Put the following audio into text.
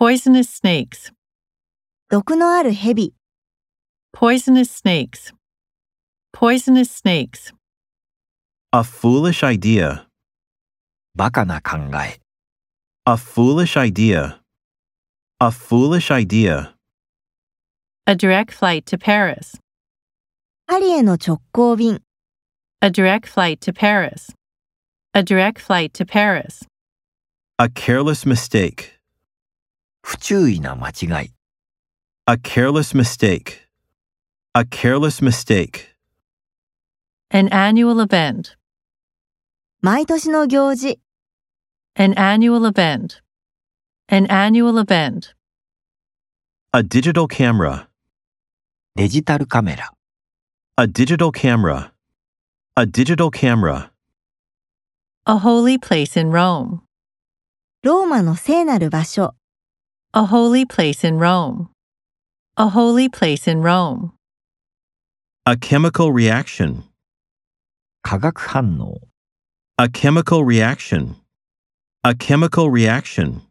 Poisonous snakes. 毒のある蛇、 Poisonous snakes. Poisonous snakes. A foolish idea. バカな考え。 A foolish idea. A foolish idea. A direct flight to Paris. パリへの直行便、 A direct flight to Paris. A direct flight to Paris. A careless mistake. 不注意な間違い。 A careless mistake. A careless mistake. An annual event. 毎年の行事、 An annual event. An annual event. A digital camera. デジタルカメラ。 A digital camera. A digital camera. A holy place in Rome. ローマの聖なる場所、 A holy place in Rome. A holy place in Rome. A chemical reaction. 化学反応。 A chemical reaction. A chemical reaction.